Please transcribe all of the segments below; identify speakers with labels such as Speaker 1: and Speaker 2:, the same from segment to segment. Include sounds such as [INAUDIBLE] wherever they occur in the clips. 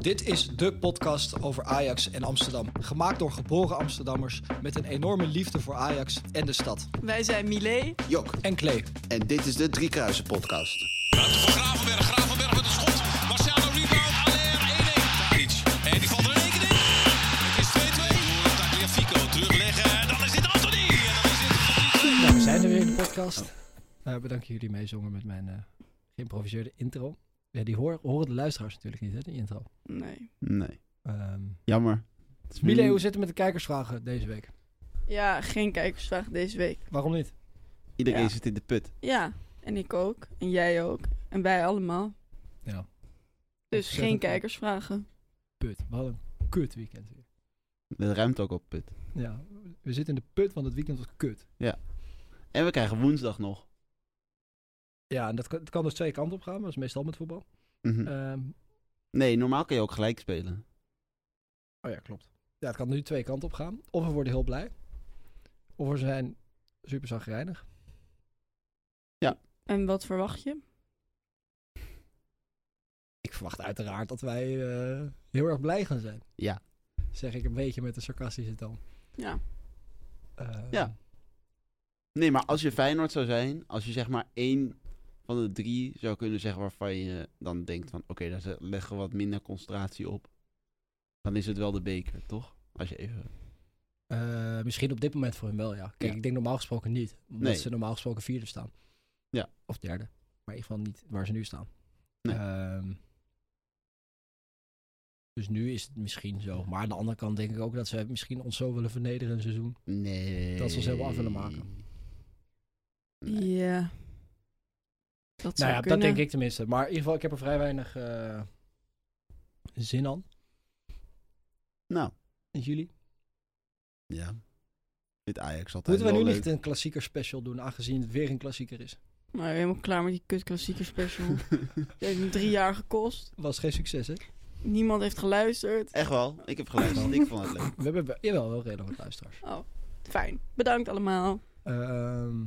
Speaker 1: Dit is de podcast over Ajax en Amsterdam. Gemaakt door geboren Amsterdammers met een enorme liefde voor Ajax en de stad.
Speaker 2: Wij zijn Milé.
Speaker 3: Jok,
Speaker 1: En Klee.
Speaker 3: en dit is de Driekruisen podcast.
Speaker 4: Ruimte voor Gravenberg. Gravenberg met een schot. Marciano rebound. Aller 1-1. Tadic. En die valt er in één keer in. Het is 2-2. Daar Fico terugleggen. En dan is dit Anthony. En dan is dit
Speaker 1: Nou, we zijn er weer in de podcast. Eh, bedankt dat jullie meezongen met mijn eh, geïmproviseerde intro. Ja, die hoor- horen de luisteraars natuurlijk niet, hè, die intro.
Speaker 2: Nee.
Speaker 3: Nee,
Speaker 1: Ehm Hmm.
Speaker 3: jammer. Het is
Speaker 1: Mile,
Speaker 3: weer-
Speaker 1: hoe zit het met de kijkersvragen deze week?
Speaker 2: Ja, geen kijkersvraag deze week.
Speaker 1: Waarom niet?
Speaker 3: Iedereen
Speaker 2: Ja.
Speaker 3: zit in de put.
Speaker 2: Ja, en ik ook. En jij ook. En wij allemaal.
Speaker 1: Ja.
Speaker 2: Dus
Speaker 1: Ontzettend.
Speaker 2: geen kijkersvragen.
Speaker 1: Put. Wat een kut weekend weer.
Speaker 3: Dat ruimt ook op put.
Speaker 1: Ja, we zitten in de put, want het weekend was kut.
Speaker 3: En we krijgen woensdag nog.
Speaker 1: Ja, en dat kan, het kan dus twee kanten op gaan, maar dat is meestal met voetbal.
Speaker 3: Mhm.
Speaker 1: Ehm,
Speaker 3: nee, normaal kan je ook gelijk spelen.
Speaker 1: Oh ja, klopt. Ja, het kan nu twee kanten op gaan. Of we worden heel blij. Of we zijn super zagrijnig.
Speaker 2: En wat verwacht je?
Speaker 1: Ik verwacht uiteraard dat wij eh, heel erg blij gaan zijn.
Speaker 3: Ja.
Speaker 1: Zeg ik een beetje met een sarcastische toon.
Speaker 2: Ja.
Speaker 1: Eh,
Speaker 3: Ja. Nee, maar als je Feyenoord zou zijn, als je zeg maar één van de drie zou kunnen zeggen waarvan je dan denkt van oké, daar ze- leggen we wat minder concentratie op. Dan is het wel de beker, toch? Als je even...
Speaker 1: eh, misschien op dit moment voor hun wel, ja. Kijk,
Speaker 3: Ja.
Speaker 1: ik denk normaal gesproken niet. Omdat
Speaker 3: Nee.
Speaker 1: ze normaal gesproken vierde staan.
Speaker 3: Ja.
Speaker 1: Of derde. Maar in ieder geval niet waar ze nu staan.
Speaker 3: Nee.
Speaker 1: Ehm, dus nu is het misschien zo. Maar aan de andere kant denk ik ook dat ze misschien ons zo willen vernederen in een seizoen.
Speaker 3: Nee.
Speaker 1: Dat ze ze wel af willen maken.
Speaker 3: Nee.
Speaker 2: Ja. Dat
Speaker 1: Nou
Speaker 2: zou
Speaker 1: ja, dat
Speaker 2: kunnen.
Speaker 1: denk ik tenminste. Maar in ieder geval, ik heb er vrij weinig eh, zin aan.
Speaker 3: Nou,
Speaker 1: En jullie?
Speaker 3: ja. Dit Ajax altijd
Speaker 1: Moeten we nu
Speaker 3: wel
Speaker 1: niet een klassieker special doen, aangezien het weer een klassieker is?
Speaker 2: Nou, helemaal klaar met die kut klassieker
Speaker 1: [LAUGHS]
Speaker 2: special. Het
Speaker 3: leuk.
Speaker 2: heeft me drie jaar gekost.
Speaker 1: Was geen succes, hè?
Speaker 2: Niemand heeft geluisterd.
Speaker 3: Echt wel, ik heb geluisterd. ik vond het leuk.
Speaker 1: We hebben wel- jawel, wel redelijk wat luisteraars.
Speaker 2: Oh, fijn. Bedankt allemaal.
Speaker 1: Ehm,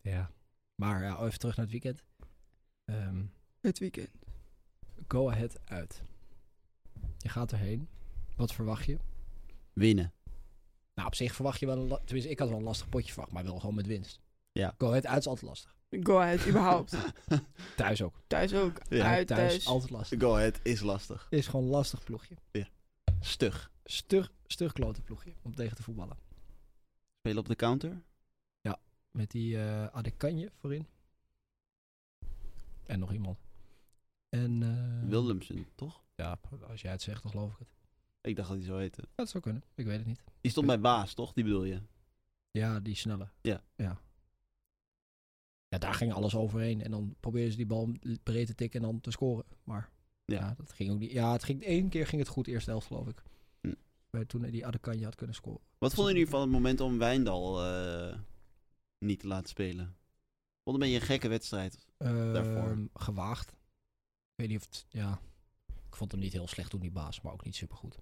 Speaker 1: ja. Maar ja, even terug naar het weekend. Ehm,
Speaker 2: Het weekend.
Speaker 1: go ahead uit. Je gaat erheen. Wat verwacht je?
Speaker 3: Winnen.
Speaker 1: Nou, op zich verwacht je wel een... la- Tenminste, ik had wel een lastig potje verwacht, maar wel gewoon met winst.
Speaker 3: Ja.
Speaker 1: Go ahead uit is altijd lastig.
Speaker 2: Go ahead, überhaupt.
Speaker 1: Thuis ook.
Speaker 2: thuis ook.
Speaker 3: Ja,
Speaker 2: Uit, thuis.
Speaker 1: Altijd lastig.
Speaker 3: [LAUGHS] Go ahead is lastig.
Speaker 1: Is gewoon een lastig ploegje.
Speaker 3: Stug.
Speaker 1: stug, stug klote ploegje om tegen te voetballen.
Speaker 3: Spelen op de counter.
Speaker 1: Met die eh Adekanje voorin. En nog iemand. En eh,
Speaker 3: Willemsen, toch?
Speaker 1: Ja, als jij het zegt, dan geloof ik het.
Speaker 3: Ik dacht dat hij zo heette.
Speaker 1: Dat zou kunnen. Ik weet het niet.
Speaker 3: Die stond bij Waas, toch? Die bedoel je?
Speaker 1: Ja, die snelle.
Speaker 3: Ja.
Speaker 1: Ja. Ja, daar ging alles overheen. En dan probeerden ze die bal breed te tikken en dan te scoren. Maar ja,
Speaker 3: Ja.
Speaker 1: dat ging ook niet. Ja, het ging, één keer ging het goed, eerste helft geloof ik.
Speaker 3: Hm.
Speaker 1: Bij- Toen die Adekanje had kunnen scoren.
Speaker 3: Wat vonden jullie van het moment om Wijndal eh, niet te laten spelen? Vond een beetje een gekke wedstrijd. Daarvoor.
Speaker 1: Ehm, Gewaagd. Ik weet niet of het... Ja. Ik vond hem niet heel slecht toen die baas, maar ook niet supergoed.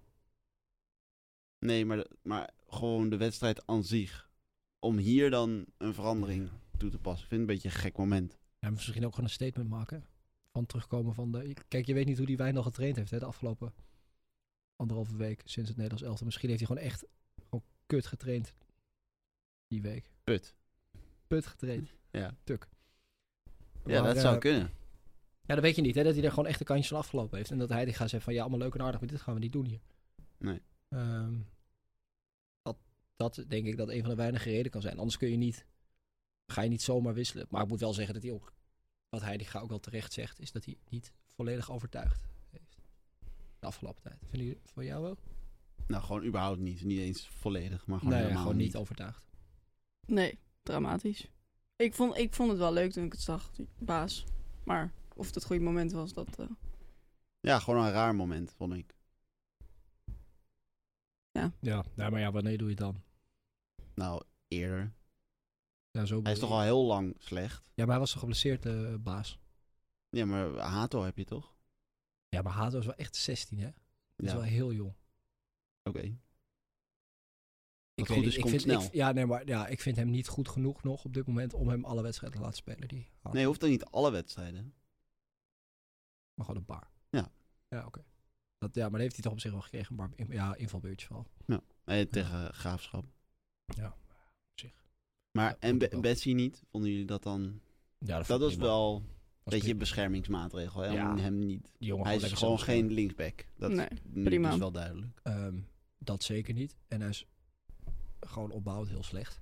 Speaker 3: Nee, maar, maar gewoon de wedstrijd aan zich. Om hier dan een verandering toe te passen. Ik vind het een beetje een gek moment.
Speaker 1: Ja, misschien ook gewoon een statement maken. Van terugkomen van de... Kijk, je weet niet hoe die Wijndal getraind heeft hè, de afgelopen anderhalve week sinds het Nederlands elftal. Misschien heeft hij gewoon echt gewoon kut getraind die week.
Speaker 3: Put.
Speaker 1: Put getraind.
Speaker 3: Ja.
Speaker 1: Tuk.
Speaker 3: Ja,
Speaker 1: Maar,
Speaker 3: dat zou
Speaker 1: eh,
Speaker 3: kunnen.
Speaker 1: Ja, dat weet je niet, hè? Dat hij er gewoon echt een kantje van afgelopen heeft. En dat hij die gaat zeggen van, ja, allemaal leuk en aardig, maar dit gaan we niet doen hier.
Speaker 3: Nee.
Speaker 1: Ehm, dat, dat denk ik dat een van de weinige redenen kan zijn. Anders kun je niet, ga je niet zomaar wisselen. Maar ik moet wel zeggen dat hij ook, wat hij die ga ook wel terecht zegt, is dat hij niet volledig overtuigd heeft. De afgelopen tijd. Vinden jullie van jou wel?
Speaker 3: Nou, gewoon überhaupt niet. Niet eens volledig, maar gewoon
Speaker 1: nee,
Speaker 3: helemaal
Speaker 1: gewoon
Speaker 3: niet.
Speaker 1: niet, overtuigd.
Speaker 2: Nee, dramatisch. Ik vond, ik vond het wel leuk toen ik het zag, die baas. Maar of het het goede moment was, dat... eh,
Speaker 3: Ja, gewoon een raar moment, vond ik.
Speaker 1: Ja, maar ja, wanneer doe je het dan?
Speaker 3: Nou, eerder.
Speaker 1: Ja, zo
Speaker 3: Hij is toch al heel lang slecht.
Speaker 1: Ja, maar hij was toch geblesseerd, eh, baas?
Speaker 3: Ja, maar Hato heb je toch?
Speaker 1: Ja, maar Hato is wel echt 16, hè? Dat is
Speaker 3: Ja,
Speaker 1: wel
Speaker 3: oké.
Speaker 1: heel jong.
Speaker 3: Wat
Speaker 1: weet
Speaker 3: goed
Speaker 1: niet,
Speaker 3: is, komt
Speaker 1: vind,
Speaker 3: snel.
Speaker 1: ik- ja, nee, maar ja, ik vind hem niet goed genoeg nog op dit moment om hem alle wedstrijden te laten spelen. Die
Speaker 3: Nee, hoeft dan niet alle wedstrijden.
Speaker 1: Maar gewoon een paar.
Speaker 3: Ja.
Speaker 1: Ja, oké. Dat, ja, maar dat heeft hij toch op zich wel gekregen. Maar in- ja, invalbeurtje vooral.
Speaker 3: Nee, tegen Graafschap.
Speaker 1: Ja,
Speaker 3: Maar
Speaker 1: Ja,
Speaker 3: en
Speaker 1: moet
Speaker 3: Be-
Speaker 1: ook wel.
Speaker 3: Betsy niet? Vonden jullie dat dan...
Speaker 1: Ja,
Speaker 3: Dat was wel een beetje
Speaker 1: je
Speaker 3: een beschermingsmaatregel. Hè?
Speaker 1: Ja.
Speaker 3: Om hem niet...
Speaker 1: Die jongen
Speaker 3: Hij is
Speaker 1: lekker
Speaker 3: gewoon
Speaker 1: zelf
Speaker 3: geen linksback. Dat
Speaker 2: Nee,
Speaker 3: is
Speaker 2: prima.
Speaker 3: dus wel duidelijk.
Speaker 1: Ehm, dat zeker niet. En hij is gewoon opbouwd heel slecht.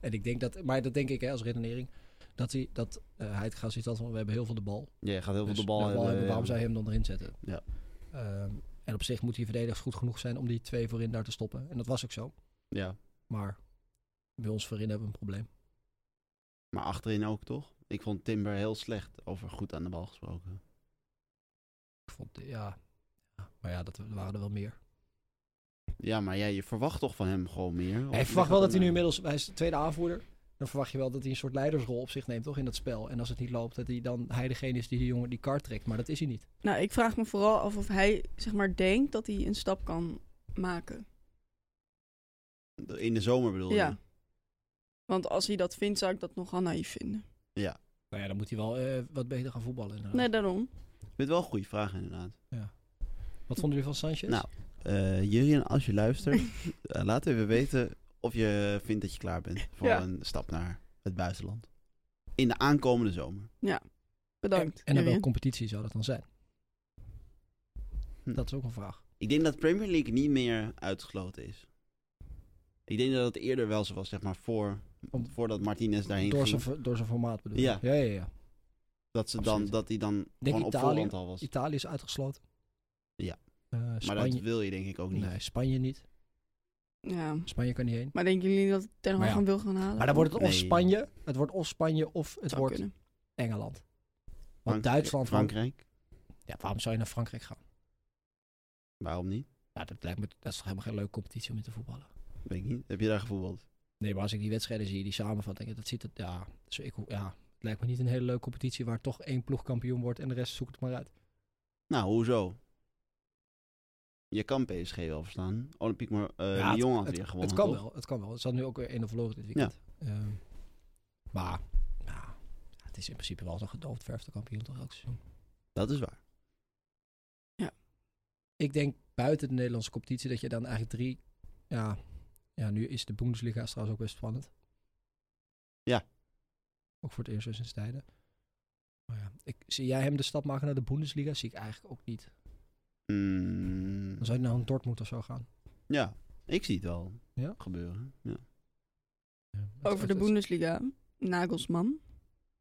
Speaker 1: En ik denk dat, maar dat denk ik hè, als redenering, dat hij, dat eh, hij het gaat zien dat van, we hebben heel veel de bal.
Speaker 3: Ja, hij gaat heel
Speaker 1: Dus
Speaker 3: veel de bal, eh, hebben. ja.
Speaker 1: Waarom zou je hem dan erin zetten?
Speaker 3: Ja.
Speaker 1: Ehm, en op zich moet hij verdedigd goed genoeg zijn om die twee voorin daar te stoppen. En dat was ook zo.
Speaker 3: Ja,
Speaker 1: Maar bij ons voorin hebben we een probleem.
Speaker 3: maar achterin ook toch? Ik vond Timber heel slecht over goed aan de bal gesproken.
Speaker 1: Ik vond, ja. ja, Maar ja, dat waren er wel meer.
Speaker 3: Ja, maar jij je verwacht toch van hem gewoon meer? Of
Speaker 1: Hij
Speaker 3: ligt
Speaker 1: verwacht wel dat hij
Speaker 3: aan-
Speaker 1: nu inmiddels, hij is de tweede aanvoerder. Dan verwacht je wel dat hij een soort leidersrol op zich neemt, toch? In dat spel. En als het niet loopt, dat hij dan hij degene is die die jongen die kaart trekt. Maar dat is hij niet.
Speaker 2: Nou, ik vraag me vooral af of hij zeg maar denkt dat hij een stap kan maken.
Speaker 3: In de zomer bedoel je?
Speaker 2: Ja. Want als hij dat vindt, zou ik dat nogal naïef vinden.
Speaker 1: Nou ja, dan moet hij wel eh, wat beter gaan voetballen. inderdaad.
Speaker 2: Nee, daarom.
Speaker 3: Ik vind het wel een goede vraag inderdaad.
Speaker 1: Wat vonden jullie van Sanchez?
Speaker 3: Nou, Eh, Jurien, als je
Speaker 2: [LAUGHS]
Speaker 3: luistert, eh, laat even weten of je vindt dat je klaar bent voor
Speaker 2: Ja.
Speaker 3: een stap naar het buitenland. In de aankomende zomer.
Speaker 2: Bedankt.
Speaker 1: en in welke
Speaker 2: Jurien.
Speaker 1: competitie zou dat dan zijn?
Speaker 3: Hm.
Speaker 1: Dat is ook een vraag.
Speaker 3: Ik denk dat Premier League niet meer uitgesloten is. Ik denk dat het eerder wel zo was, zeg maar, voor,
Speaker 1: Om-
Speaker 3: voordat Martinez daarheen
Speaker 1: Door
Speaker 3: ging.
Speaker 1: zijn, vo- door zijn formaat bedoel ik.
Speaker 3: Ja.
Speaker 1: ja, ja, ja.
Speaker 3: Dat, ze dan,
Speaker 1: Absoluut.
Speaker 3: dat hij dan
Speaker 1: denk
Speaker 3: gewoon op
Speaker 1: Italië.
Speaker 3: voorhand al was.
Speaker 1: Italië is uitgesloten.
Speaker 3: Ja.
Speaker 1: Eh,
Speaker 3: Maar dat
Speaker 1: Spanje.
Speaker 3: wil je denk ik ook niet.
Speaker 1: nee, Spanje niet.
Speaker 2: Ja.
Speaker 1: Spanje kan niet heen.
Speaker 2: Maar denken jullie dat Ten Hag
Speaker 1: Maar ja.
Speaker 2: hem wil gaan halen?
Speaker 1: Maar dan wordt het of
Speaker 3: Nee.
Speaker 1: Spanje, het wordt of Spanje of het
Speaker 2: Zou
Speaker 1: wordt
Speaker 2: kunnen.
Speaker 1: Engeland. Want
Speaker 3: Frank-
Speaker 1: Duitsland,
Speaker 3: Frankrijk.
Speaker 1: ja, waarom zou je naar Frankrijk gaan?
Speaker 3: Waarom niet?
Speaker 1: Ja, dat lijkt me, dat is toch helemaal geen leuke competitie om in te voetballen.
Speaker 3: Weet ik niet. Heb je daar gevoetbald?
Speaker 1: Nee, maar als ik die wedstrijden zie, die samenvatting, dat ziet het, ja, dus ik, ja, het lijkt me niet een hele leuke competitie waar toch één ploeg kampioen wordt en de rest zoekt het maar uit.
Speaker 3: Nou, hoezo? Je kan PSG wel verstaan. Olympique maar eh
Speaker 1: Ja, het-
Speaker 3: Lyon had weer gewonnen,
Speaker 1: Het kan
Speaker 3: toch?
Speaker 1: wel, het kan wel. Het zat nu ook weer één of verloren dit weekend. Ehm, maar, ja, het is in principe wel zo'n gedoofd verfde kampioen toch elk seizoen.
Speaker 3: Dat is waar.
Speaker 1: ik denk buiten de Nederlandse competitie dat je dan eigenlijk drie. Ja, ja nu is de Bundesliga is trouwens ook best spannend.
Speaker 3: Ja.
Speaker 1: Ook voor het eerst weer sinds tijden. Maar ja, ik, zie jij hem de stap maken naar de Bundesliga? Zie ik eigenlijk ook niet.
Speaker 3: Mm,
Speaker 1: Dan zou hij naar een Dortmund of zo gaan.
Speaker 3: ja, ik zie het wel
Speaker 1: Ja?
Speaker 3: gebeuren. Ja.
Speaker 2: Over de Bundesliga. Nagelsman.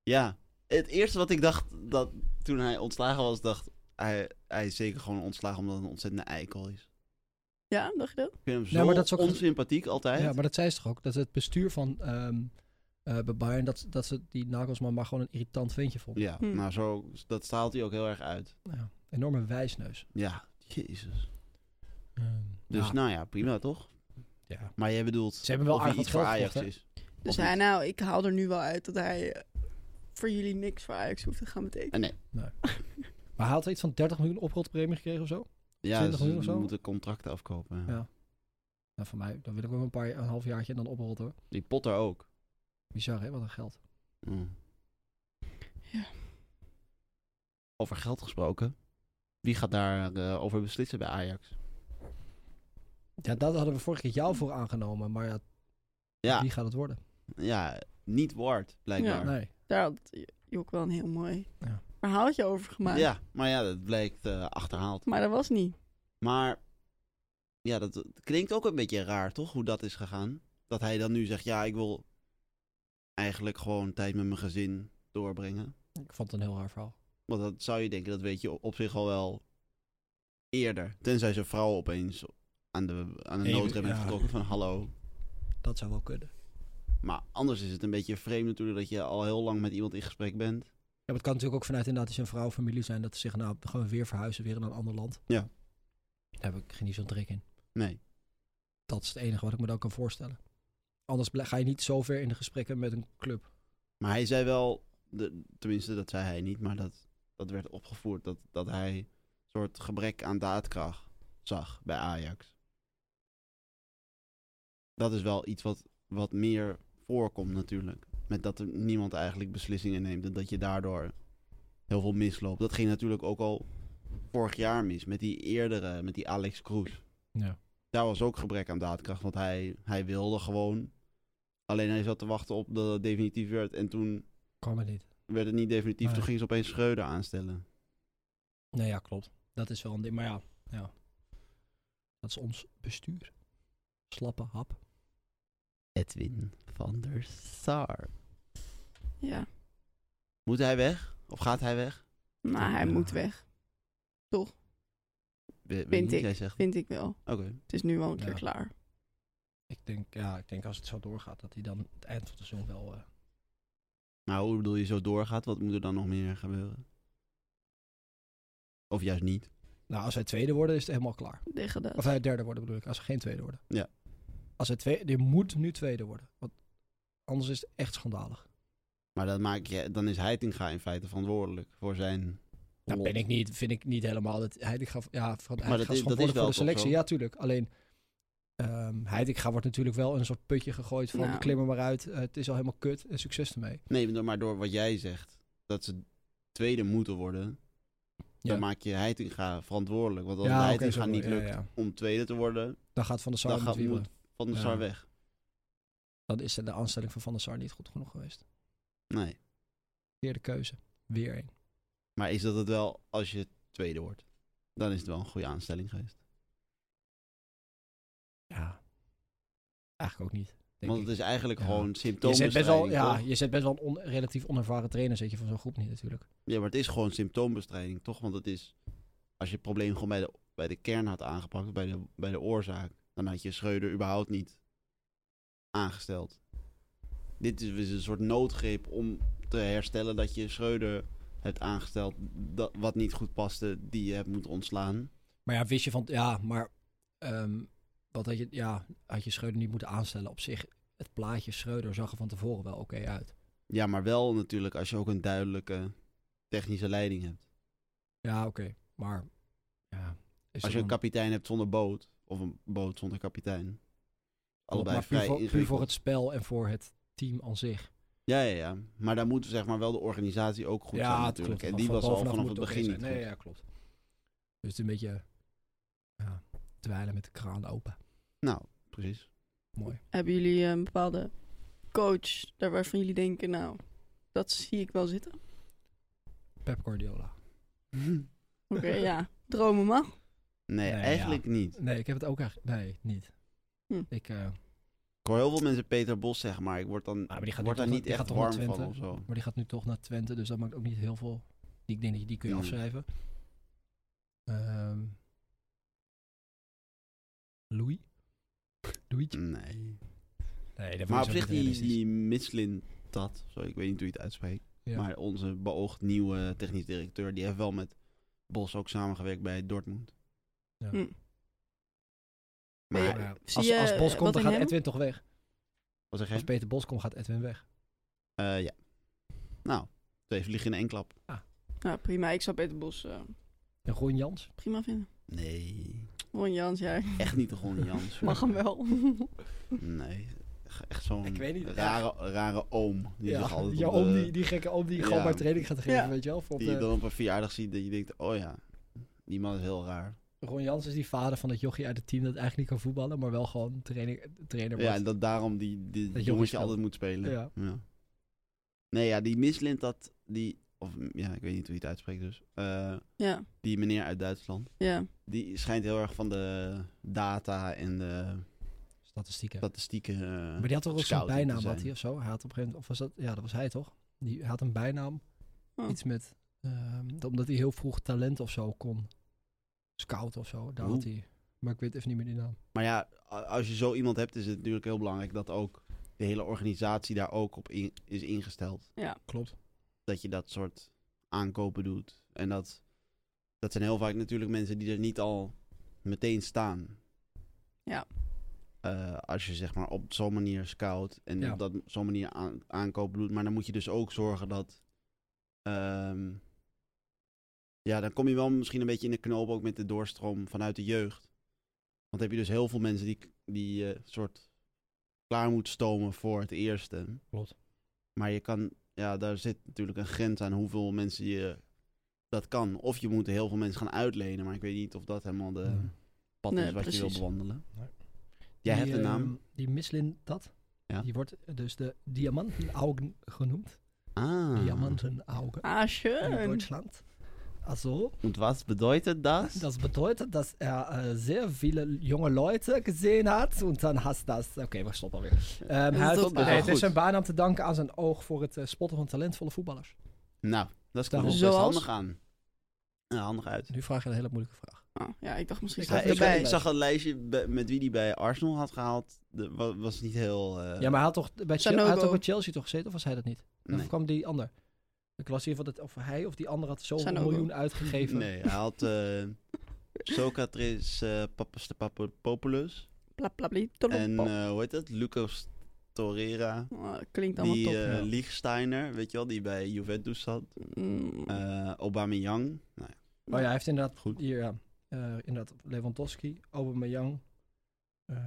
Speaker 3: ja, het eerste wat ik dacht dat toen hij ontslagen was, dacht hij, hij is zeker gewoon ontslagen omdat hij een ontzettende eikel is.
Speaker 2: Ja, dacht je dat? Dus
Speaker 3: Ik vind hem zo
Speaker 1: Ja, maar dat is ook-
Speaker 3: onsympathiek altijd.
Speaker 1: Ja, maar dat zei ze toch ook. Dat het bestuur van ehm eh, bij Bayern, dat, dat ze die Nagelsman maar gewoon een irritant ventje vond.
Speaker 3: Ja,
Speaker 2: Hm.
Speaker 3: nou zo, dat straalt hij ook heel erg uit.
Speaker 1: Ja, enorme wijsneus.
Speaker 3: Ja, jezus.
Speaker 1: Ehm,
Speaker 3: Dus
Speaker 1: ja,
Speaker 3: nou ja, prima toch?
Speaker 1: ja.
Speaker 3: Maar jij bedoelt
Speaker 1: Ze hebben wel
Speaker 3: of hij
Speaker 1: aardig
Speaker 3: iets
Speaker 1: wat
Speaker 3: voor
Speaker 1: geld
Speaker 3: Ajax
Speaker 1: gekocht,
Speaker 3: is.
Speaker 2: Dus
Speaker 3: Of
Speaker 2: hij,
Speaker 3: niet.
Speaker 2: nou, ik haal er nu wel uit dat hij eh, voor jullie niks voor Ajax hoeft te gaan betekenen.
Speaker 3: Eh, nee,
Speaker 1: Maar hij had iets van 30 miljoen oprotpremie gekregen of zo?
Speaker 3: ja,
Speaker 1: 20 miljoen
Speaker 3: ze
Speaker 1: of zo?
Speaker 3: moeten contracten afkopen.
Speaker 1: Ja. Nou, voor mij, dan wil ik ook een paar een half jaartje en dan oprotten hoor.
Speaker 3: Die Potter ook.
Speaker 1: Bizar hè, wat een geld.
Speaker 3: Mm.
Speaker 2: Ja.
Speaker 3: Over geld gesproken. Wie gaat daar eh, over beslissen bij Ajax?
Speaker 1: Ja, dat hadden we vorige keer jou voor aangenomen, maar ja,
Speaker 3: Ja,
Speaker 1: wie gaat het worden?
Speaker 3: ja niet Ward, blijkbaar. Ja,
Speaker 1: Nee.
Speaker 2: Daar had je ook wel een heel mooi
Speaker 1: Ja.
Speaker 2: verhaaltje over
Speaker 3: maar
Speaker 2: gemaakt.
Speaker 3: ja, dat blijkt eh, achterhaald.
Speaker 2: Maar dat was niet.
Speaker 3: Maar ja, dat, dat klinkt ook een beetje raar, toch? Hoe dat is gegaan. Dat hij dan nu zegt, ja, ik wil eigenlijk gewoon tijd met mijn gezin doorbrengen.
Speaker 1: Ik vond het een heel raar verhaal.
Speaker 3: Want dat zou je denken, dat weet je op zich al wel eerder. Tenzij zijn vrouw opeens aan de, aan de
Speaker 1: Nee,
Speaker 3: noodrem heeft
Speaker 1: ja.
Speaker 3: getrokken van hallo,
Speaker 1: Dat zou wel kunnen.
Speaker 3: Maar anders is het een beetje vreemd natuurlijk dat je al heel lang met iemand in gesprek bent.
Speaker 1: Ja, maar het kan natuurlijk ook vanuit inderdaad zijn vrouw, familie zijn, dat ze zeggen, nou, dan gaan we weer verhuizen, weer naar een ander land.
Speaker 3: Ja.
Speaker 1: Daar heb ik geen zo'n trek in.
Speaker 3: Nee.
Speaker 1: Dat is het enige wat ik me dan kan voorstellen. Anders blij- ga je niet zo ver in de gesprekken met een club.
Speaker 3: Maar hij zei wel, de, tenminste dat zei hij niet, maar dat, dat werd opgevoerd. Dat, dat hij een soort gebrek aan daadkracht zag bij Ajax. Dat is wel iets wat, wat meer voorkomt natuurlijk. Met dat er niemand eigenlijk beslissingen neemt en dat je daardoor heel veel misloopt. Dat ging natuurlijk ook al vorig jaar mis. Met die eerdere, met die Alex Kroes.
Speaker 5: Ja.
Speaker 3: Daar was ook gebrek aan daadkracht. Want hij, hij wilde gewoon. Alleen hij zat te wachten op dat het definitief werd. En toen
Speaker 1: Kan maar niet.
Speaker 3: werd het niet definitief.
Speaker 5: Nee.
Speaker 3: Toen gingen ze opeens Schreuder aanstellen.
Speaker 1: Nou ja, klopt. Dat is wel een ding. Maar ja, ja. dat is ons bestuur. Slappe hap.
Speaker 3: Edwin van der Sar.
Speaker 2: Ja.
Speaker 3: Moet hij weg? Of gaat hij weg?
Speaker 2: Nou, hij
Speaker 1: Ja.
Speaker 2: moet weg.
Speaker 3: We- Weet,
Speaker 2: Vind
Speaker 3: niet,
Speaker 2: ik.
Speaker 3: Jij zegt.
Speaker 2: Vind ik wel.
Speaker 3: Oké.
Speaker 2: Het is nu wel een keer
Speaker 1: Ja.
Speaker 2: klaar.
Speaker 1: Ik denk, ja, ik denk als het zo doorgaat, dat hij dan het eind van het seizoen wel... eh,
Speaker 3: Maar Nou, hoe bedoel je zo doorgaat? Wat moet er dan nog meer gebeuren? Of juist niet?
Speaker 1: Nou, als wij tweede worden, is het helemaal klaar.
Speaker 2: Tegen dat.
Speaker 1: Of hij derde worden bedoel ik, als ze geen tweede worden.
Speaker 3: Ja.
Speaker 1: Als hij tweede, die moet nu tweede worden. Want anders is het echt schandalig.
Speaker 3: Maar dan, maak je, dan is Heitinga in feite verantwoordelijk voor zijn...
Speaker 1: Dat ben ik niet, vind ik niet helemaal. Dat Heitinga, ja, van, Heitinga
Speaker 3: eh, dat
Speaker 1: is
Speaker 3: is- dat is
Speaker 1: verantwoordelijk voor
Speaker 3: wel
Speaker 1: de
Speaker 3: toch
Speaker 1: selectie.
Speaker 3: zo?
Speaker 1: Ja, tuurlijk. Alleen ehm Heitinga wordt natuurlijk wel in een soort putje gegooid van
Speaker 2: Nou.
Speaker 1: klim er maar uit. eh, het is al helemaal kut en succes ermee.
Speaker 3: Nee, maar- maar door wat jij zegt, dat ze tweede moeten worden,
Speaker 1: Ja.
Speaker 3: dan maak je Heitinga verantwoordelijk. Want als
Speaker 1: oké,
Speaker 3: Heitinga
Speaker 1: zo,
Speaker 3: niet
Speaker 1: ja,
Speaker 3: lukt
Speaker 1: ja.
Speaker 3: om tweede te worden,
Speaker 1: Dan gaat Van der Sar
Speaker 3: dan
Speaker 1: met
Speaker 3: gaat,
Speaker 1: wielen.
Speaker 3: moet Van der
Speaker 1: Ja.
Speaker 3: Sar weg.
Speaker 1: Dan is de aanstelling van Van der Sar niet goed genoeg geweest.
Speaker 3: Nee,
Speaker 1: Weer de keuze. Weer een.
Speaker 3: maar is dat het wel als je tweede wordt? Dan is het wel een goede aanstelling geweest.
Speaker 1: Ja. Eigenlijk ook niet. Denk
Speaker 3: Want
Speaker 1: ik.
Speaker 3: het is eigenlijk
Speaker 1: Ja.
Speaker 3: gewoon
Speaker 1: Je zet best wel,
Speaker 3: symptoombestrijding.
Speaker 1: ja,
Speaker 3: toch?
Speaker 1: je zet best wel een on- relatief onervaren trainer zet je van zo'n groep niet natuurlijk.
Speaker 3: Ja, maar het is gewoon symptoombestrijding, toch? Want het is, als je het probleem gewoon bij de, bij de kern had aangepakt, bij de, bij de oorzaak, dan had je Schreuder überhaupt niet aangesteld. Dit is, is een soort noodgreep om te herstellen dat je Schreuder hebt aangesteld, dat, wat niet goed paste, die je hebt moeten ontslaan.
Speaker 1: Maar ja, wist je van, ja, maar ehm, wat had je, ja, had je Schreuder niet moeten aanstellen op zich. Het plaatje Schreuder zag er van tevoren wel oké uit.
Speaker 3: Ja, maar wel natuurlijk als je ook een duidelijke technische leiding hebt.
Speaker 1: Ja, oké, maar ja, is
Speaker 3: Als
Speaker 1: het
Speaker 3: je een
Speaker 1: dan-
Speaker 3: kapitein hebt zonder boot, of een boot zonder kapitein. Allebei
Speaker 1: maar puur
Speaker 3: vrij
Speaker 1: voor, puur voor
Speaker 3: ingewikkeld.
Speaker 1: het spel en voor het team aan zich.
Speaker 3: Ja, ja, ja. Maar daar moet zeg maar wel de organisatie ook goed zijn
Speaker 1: het
Speaker 3: natuurlijk.
Speaker 1: klopt,
Speaker 3: en
Speaker 1: want
Speaker 3: die was al
Speaker 1: bovenaf
Speaker 3: vanaf
Speaker 1: moet
Speaker 3: het
Speaker 1: oké
Speaker 3: begin
Speaker 1: zijn.
Speaker 3: niet
Speaker 1: Nee,
Speaker 3: goed.
Speaker 1: ja, klopt. Dus het is een beetje, ja, dweilen met de kraan open.
Speaker 3: Nou,
Speaker 1: [LAUGHS]
Speaker 3: precies.
Speaker 1: Mooi.
Speaker 2: Hebben jullie eh, een bepaalde coach daar waarvan jullie denken, nou, dat zie ik wel zitten?
Speaker 1: Pep Guardiola.
Speaker 2: Oké,
Speaker 1: [LAUGHS]
Speaker 2: ja. Dromen mag.
Speaker 3: Nee,
Speaker 1: ja.
Speaker 3: eigenlijk niet.
Speaker 1: Nee, ik heb het ook eigenlijk, nee, niet.
Speaker 2: Hm.
Speaker 1: Ik, eh,
Speaker 3: Ik hoor heel veel mensen Peter Bos zeg maar ik word, dan,
Speaker 1: maar die gaat
Speaker 3: word
Speaker 1: nu
Speaker 3: daar
Speaker 1: toch-
Speaker 3: niet
Speaker 1: die gaat
Speaker 3: echt
Speaker 1: toch naar
Speaker 3: warm van
Speaker 1: Twente?
Speaker 3: of zo.
Speaker 1: Maar die gaat nu toch naar Twente, dus dat maakt ook niet heel veel. Ik denk dat je die kun je
Speaker 3: Hmm.
Speaker 1: afschrijven. Ehm Louis? [LAUGHS] Louis?
Speaker 3: Nee.
Speaker 1: Nee, dat
Speaker 3: Maar
Speaker 1: was ook
Speaker 3: op zich,
Speaker 1: niet
Speaker 3: die,
Speaker 1: realistisch.
Speaker 3: die Mitslin dat, zo, ik weet niet hoe je het uitspreekt.
Speaker 1: Ja.
Speaker 3: Maar onze beoogd nieuwe technisch directeur, die heeft wel met Bos ook samengewerkt bij Dortmund.
Speaker 1: Ja.
Speaker 2: Hm.
Speaker 3: Maar
Speaker 2: Nee.
Speaker 1: Maar
Speaker 3: hij-
Speaker 1: ja,
Speaker 2: Zie
Speaker 1: als,
Speaker 2: je eh,
Speaker 1: als Bos komt, dan
Speaker 2: wat in
Speaker 1: gaat
Speaker 2: hem?
Speaker 1: Edwin toch weg.
Speaker 3: wat zeg
Speaker 1: Als
Speaker 3: jij?
Speaker 1: Peter Bos komt, gaat Edwin weg.
Speaker 3: Eh, ja. Nou, twee vliegen in één klap.
Speaker 2: Nou, prima. Ik zou Peter Bos eh,
Speaker 1: En Ron Jans?
Speaker 2: prima vinden.
Speaker 3: Nee,
Speaker 2: Ron Jans, ja,
Speaker 1: [LAUGHS]
Speaker 3: echt niet gewoon Jans.
Speaker 2: mag hem wel. [LAUGHS]
Speaker 3: Nee, ge- echt zo'n
Speaker 1: Ik weet niet.
Speaker 3: rare, rare oom. Die
Speaker 1: ja,
Speaker 3: zich altijd
Speaker 1: ja
Speaker 3: op de-
Speaker 1: om die, die gekke om die gewoon
Speaker 3: Ja.
Speaker 1: maar training gaat geven,
Speaker 2: Ja.
Speaker 1: weet je wel. Voor op
Speaker 3: die je
Speaker 1: de,
Speaker 3: dan op een verjaardag ziet dat je denkt, oh ja, die man is heel raar.
Speaker 1: Ron Jans is die vader van dat jochie uit het team dat eigenlijk niet kan voetballen, maar wel gewoon trainer, trainer
Speaker 3: Ja,
Speaker 1: wordt.
Speaker 3: en dat daarom die, die
Speaker 1: Dat
Speaker 3: jongetje
Speaker 1: jongetje
Speaker 3: altijd moet spelen.
Speaker 1: Ja.
Speaker 3: Nee, ja, die mislint dat, die, of ja, ik weet niet hoe je het uitspreekt dus. Eh,
Speaker 2: ja,
Speaker 3: die meneer uit Duitsland,
Speaker 2: ja.
Speaker 3: die schijnt heel erg van de data en de
Speaker 1: Statistieken.
Speaker 3: statistieken. eh,
Speaker 1: Maar die had toch ook zo'n
Speaker 3: scouting te
Speaker 1: bijnaam, had
Speaker 3: zijn.
Speaker 1: hij of zo? Hij had op een gegeven moment, of was dat, ja, dat was hij toch? Die had een bijnaam,
Speaker 2: Oh.
Speaker 1: iets met, ehm, dat- omdat hij heel vroeg talent of zo kon scouten of zo. Daar
Speaker 3: Hoe?
Speaker 1: had hij, maar ik weet even niet meer die naam.
Speaker 3: Maar ja, a- als je zo iemand hebt, is het natuurlijk heel belangrijk dat ook de hele organisatie daar ook op in, is ingesteld.
Speaker 1: Klopt.
Speaker 3: dat je dat soort aankopen doet. En dat, dat zijn heel vaak natuurlijk mensen die er niet al meteen staan.
Speaker 2: Ja.
Speaker 3: Eh, als je zeg maar op zo'n manier scout en
Speaker 1: Ja.
Speaker 3: op dat zo'n manier aan, aankopen doet. Maar dan moet je dus ook zorgen dat. ehm, ja, dan kom je wel misschien een beetje in de knoop ook met de doorstroom vanuit de jeugd. Want dan heb je dus heel veel mensen die, die eh, soort klaar moet stomen voor het eerste.
Speaker 1: Klopt.
Speaker 3: Maar je kan, ja, daar zit natuurlijk een grens aan hoeveel mensen je dat kan. Of je moet heel veel mensen gaan uitlenen, maar ik weet niet of dat helemaal de pad
Speaker 2: Nee,
Speaker 3: is wat je
Speaker 2: precies.
Speaker 3: wil bewandelen.
Speaker 5: Nee.
Speaker 3: Jij
Speaker 5: Die,
Speaker 3: hebt een naam.
Speaker 5: ehm,
Speaker 1: Die Mislin dat,
Speaker 3: Ja.
Speaker 1: die wordt dus de Diamantenaugen genoemd.
Speaker 3: ah,
Speaker 1: Diamantenaugen
Speaker 2: Ah,
Speaker 1: in
Speaker 2: schön.
Speaker 1: Deutschland. Also,
Speaker 3: Und was
Speaker 1: [LAUGHS]
Speaker 3: bedeutet das?
Speaker 1: das bedeutet, dass er äh, sehr viele junge Leute gesehen hat und dann hast das... Oké, we stoppen alweer. Ehm, hij
Speaker 2: is
Speaker 1: had-
Speaker 2: dat
Speaker 1: nee,
Speaker 3: wel
Speaker 1: het is
Speaker 3: goed.
Speaker 1: zijn bijnaam te danken aan zijn oog voor het eh, spotten van talentvolle voetballers.
Speaker 3: Nou, dat is
Speaker 1: Daarom.
Speaker 3: cool. Best
Speaker 2: Zoals?
Speaker 3: handig aan. Ja, handig uit.
Speaker 1: Nu vraag je een hele moeilijke vraag.
Speaker 2: Ah, ja, ik dacht misschien
Speaker 1: Ik
Speaker 3: Ja,
Speaker 2: staat
Speaker 1: had
Speaker 2: hij
Speaker 3: ik,
Speaker 1: erbij.
Speaker 3: ik zag een lijstje bij- met wie die bij Arsenal had gehaald. De, wa- was niet heel... eh,
Speaker 1: ja, maar hij had toch bij, Chel- hij
Speaker 2: Sanogo.
Speaker 1: had ook bij Chelsea toch gezeten? Of was hij dat niet? Dan
Speaker 3: nee.
Speaker 1: kwam die ander. Ik las hier van dat of hij of die ander had zoveel
Speaker 2: Sanogo.
Speaker 1: miljoen uitgegeven.
Speaker 3: nee, hij had
Speaker 1: [LAUGHS]
Speaker 3: eh Socrates eh Papastapopoulos.
Speaker 2: Blablabli, tolop.
Speaker 3: En eh, hoe heet dat? Lucas Torreira.
Speaker 2: Ah, Klinkt allemaal
Speaker 3: Die
Speaker 2: top.
Speaker 3: eh
Speaker 1: ja.
Speaker 3: Liechtensteiner, weet je wel, die bij Juventus zat.
Speaker 2: Mm,
Speaker 3: Eh Aubameyang. Nou, ja.
Speaker 1: Oh ja, hij heeft inderdaad
Speaker 3: Goed.
Speaker 1: goed. Hier, ja. Eh, inderdaad Lewandowski, Aubameyang. Eh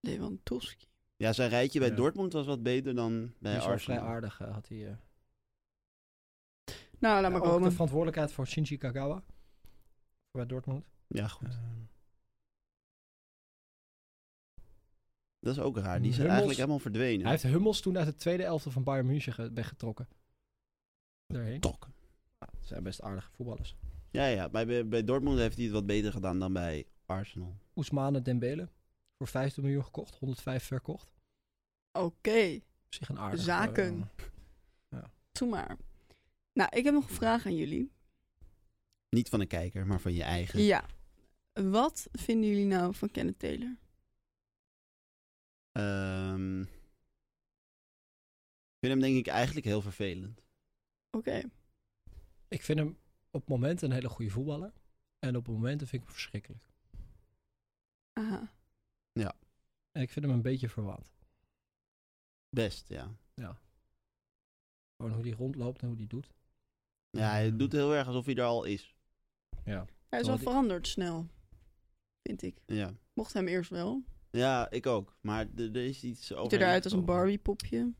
Speaker 2: Lewandowski.
Speaker 3: ja, zijn rijtje bij
Speaker 1: Ja.
Speaker 3: Dortmund was wat beter dan
Speaker 1: die
Speaker 3: bij
Speaker 1: is wel vrij
Speaker 3: Arsenal.
Speaker 1: aardig eh, had hij. eh.
Speaker 2: Nou, laat maar
Speaker 1: ook de
Speaker 2: komen.
Speaker 1: verantwoordelijkheid voor Shinji Kagawa. Bij Dortmund.
Speaker 3: Ja, goed.
Speaker 1: Eh,
Speaker 3: Dat is ook raar. Die zijn
Speaker 1: Hummels-
Speaker 3: eigenlijk helemaal verdwenen.
Speaker 1: Hij heeft Hummels toen uit de tweede elfte van Bayern München ge- weggetrokken. Daarheen.
Speaker 3: Tok.
Speaker 1: Ja, het zijn best aardige voetballers.
Speaker 3: Ja, ja. Bij- Bij, bij Dortmund heeft hij het wat beter gedaan dan bij Arsenal.
Speaker 1: Oesmane Dembele. Voor 15 miljoen gekocht, 105 verkocht.
Speaker 2: Oké,
Speaker 1: Op zich een aardige...
Speaker 2: Zaken.
Speaker 1: eh,
Speaker 2: doe maar. Nou, ik heb nog een vraag aan jullie.
Speaker 3: Niet van een kijker, maar van je eigen.
Speaker 2: Ja. Wat vinden jullie nou van Kenneth Taylor?
Speaker 3: Ehm, ik vind hem denk ik eigenlijk heel vervelend.
Speaker 2: Oké.
Speaker 1: ik vind hem op momenten een hele goede voetballer. En op momenten vind ik hem verschrikkelijk.
Speaker 2: Aha.
Speaker 1: En ik vind hem een beetje verwaand.
Speaker 3: Best, ja.
Speaker 1: Gewoon hoe hij rondloopt en hoe hij doet.
Speaker 3: Ja, hij doet heel erg alsof hij er al is.
Speaker 1: Ja.
Speaker 2: Hij is wel
Speaker 1: Wat ik-
Speaker 2: veranderd snel, vind ik.
Speaker 3: Ja,
Speaker 2: Mocht hem eerst wel.
Speaker 3: ja ik ook. Maar er- er is iets over...
Speaker 2: Ziet er eruit als
Speaker 1: oh.
Speaker 2: een
Speaker 3: gekomen.
Speaker 2: Barbie-popje.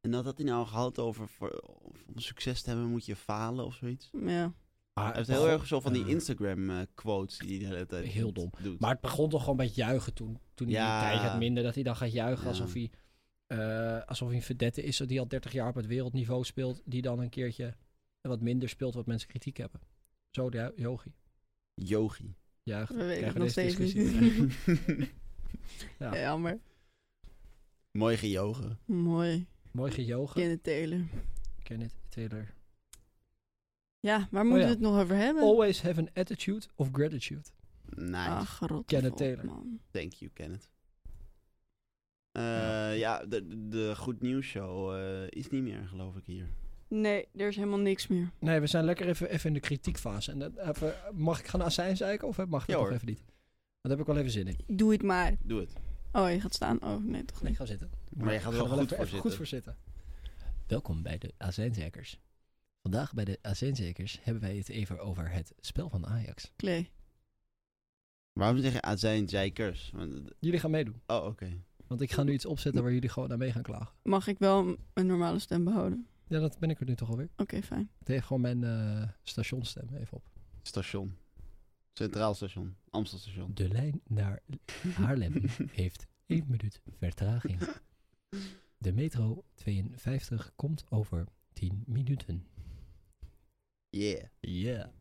Speaker 3: En dat had hij nou gehad over... voor- om succes te hebben moet je falen of zoiets.
Speaker 2: Ja.
Speaker 1: Maar
Speaker 3: Hij heeft heel
Speaker 1: begon-
Speaker 3: erg zo van die
Speaker 1: Ja.
Speaker 3: Instagram-quotes die hij de hele tijd
Speaker 1: Heel dom.
Speaker 3: doet.
Speaker 1: Maar het begon toch gewoon met juichen toen. Toen hij
Speaker 3: Ja.
Speaker 1: een tijdje had minder. Dat hij dan gaat juichen
Speaker 3: Ja.
Speaker 1: alsof hij... eh, alsof hij een verdette is die al 30 jaar op het wereldniveau speelt. Die dan een keertje wat minder speelt wat mensen kritiek hebben. Zo de yogi.
Speaker 3: Yogi. [LAUGHS]
Speaker 1: Juichen.
Speaker 2: We weten het
Speaker 1: Krijgen
Speaker 2: nog
Speaker 1: we deze
Speaker 2: steeds niet.
Speaker 1: discussie
Speaker 2: [LAUGHS] Ja.
Speaker 1: Ja.
Speaker 2: Jammer.
Speaker 3: Mooi gejogen.
Speaker 2: Mooi.
Speaker 1: Mooi gejogen.
Speaker 2: Kenneth Taylor.
Speaker 1: Kenneth Taylor.
Speaker 2: Ja, waar moeten
Speaker 1: Oh ja.
Speaker 2: we het nog over hebben?
Speaker 1: Always have an attitude of gratitude.
Speaker 3: Nice.
Speaker 1: Ah.
Speaker 2: Ach, rot
Speaker 1: Kenneth
Speaker 2: op,
Speaker 1: Taylor.
Speaker 2: Man.
Speaker 3: Thank you, Kenneth. Eh, ja, de, de Goed Nieuws Show eh, is niet meer, geloof ik, hier.
Speaker 2: Nee, er is helemaal niks meer.
Speaker 1: Nee, we zijn lekker even, even in de kritiekfase. En dat, even, mag ik gaan azijn zeiken of mag
Speaker 3: Ja,
Speaker 1: dat nog
Speaker 3: hoor.
Speaker 1: even niet? Dat heb ik wel even zin in.
Speaker 2: Doe het maar.
Speaker 3: Doe het.
Speaker 2: Oh, je gaat staan? Oh, nee, toch
Speaker 1: Nee,
Speaker 2: niet.
Speaker 1: ga zitten.
Speaker 3: Maar je gaat er wel
Speaker 1: Ga er
Speaker 3: goed
Speaker 1: even, even
Speaker 3: voor zitten.
Speaker 1: goed voor zitten. Welkom bij de azijnzekers. Vandaag bij de azijnzekers hebben wij het even over het spel van Ajax.
Speaker 2: Klee.
Speaker 3: Waarom zeg je azijnzeikers? Want-
Speaker 1: Jullie gaan meedoen.
Speaker 3: Oh, oké.
Speaker 1: Want ik ga nu iets opzetten waar jullie gewoon naar mee gaan klagen.
Speaker 2: Mag ik wel m- een normale stem behouden?
Speaker 1: Ja, dat ben ik er nu toch alweer.
Speaker 2: Oké, fijn.
Speaker 1: Ik deed gewoon mijn eh, stationstem even op.
Speaker 3: Station. Centraal station. Amstelstation.
Speaker 1: De lijn naar Haarlem heeft 1 minuut vertraging. De metro 52 komt over 10 minuten.
Speaker 3: Yeah.
Speaker 1: Ja.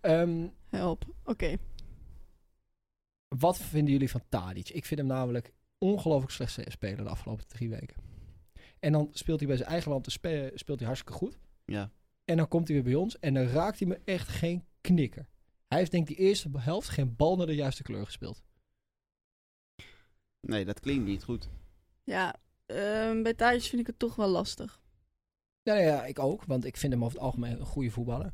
Speaker 1: Ehm,
Speaker 2: Help. Oké.
Speaker 1: wat vinden jullie van Tadic? Ik vind hem namelijk ongelooflijk slecht spelen de afgelopen drie weken. En dan speelt hij bij zijn eigen land, dan spe- speelt hij hartstikke goed.
Speaker 3: Ja.
Speaker 1: En dan komt hij weer bij ons en dan raakt hij me echt geen knikker. Hij heeft denk ik de eerste helft geen bal naar de juiste kleur gespeeld.
Speaker 3: Nee, dat klinkt niet goed.
Speaker 2: Ja, ehm, bij Thijs vind ik het toch wel lastig.
Speaker 1: Nou ja, ik ook, want ik vind hem over het algemeen een goede voetballer.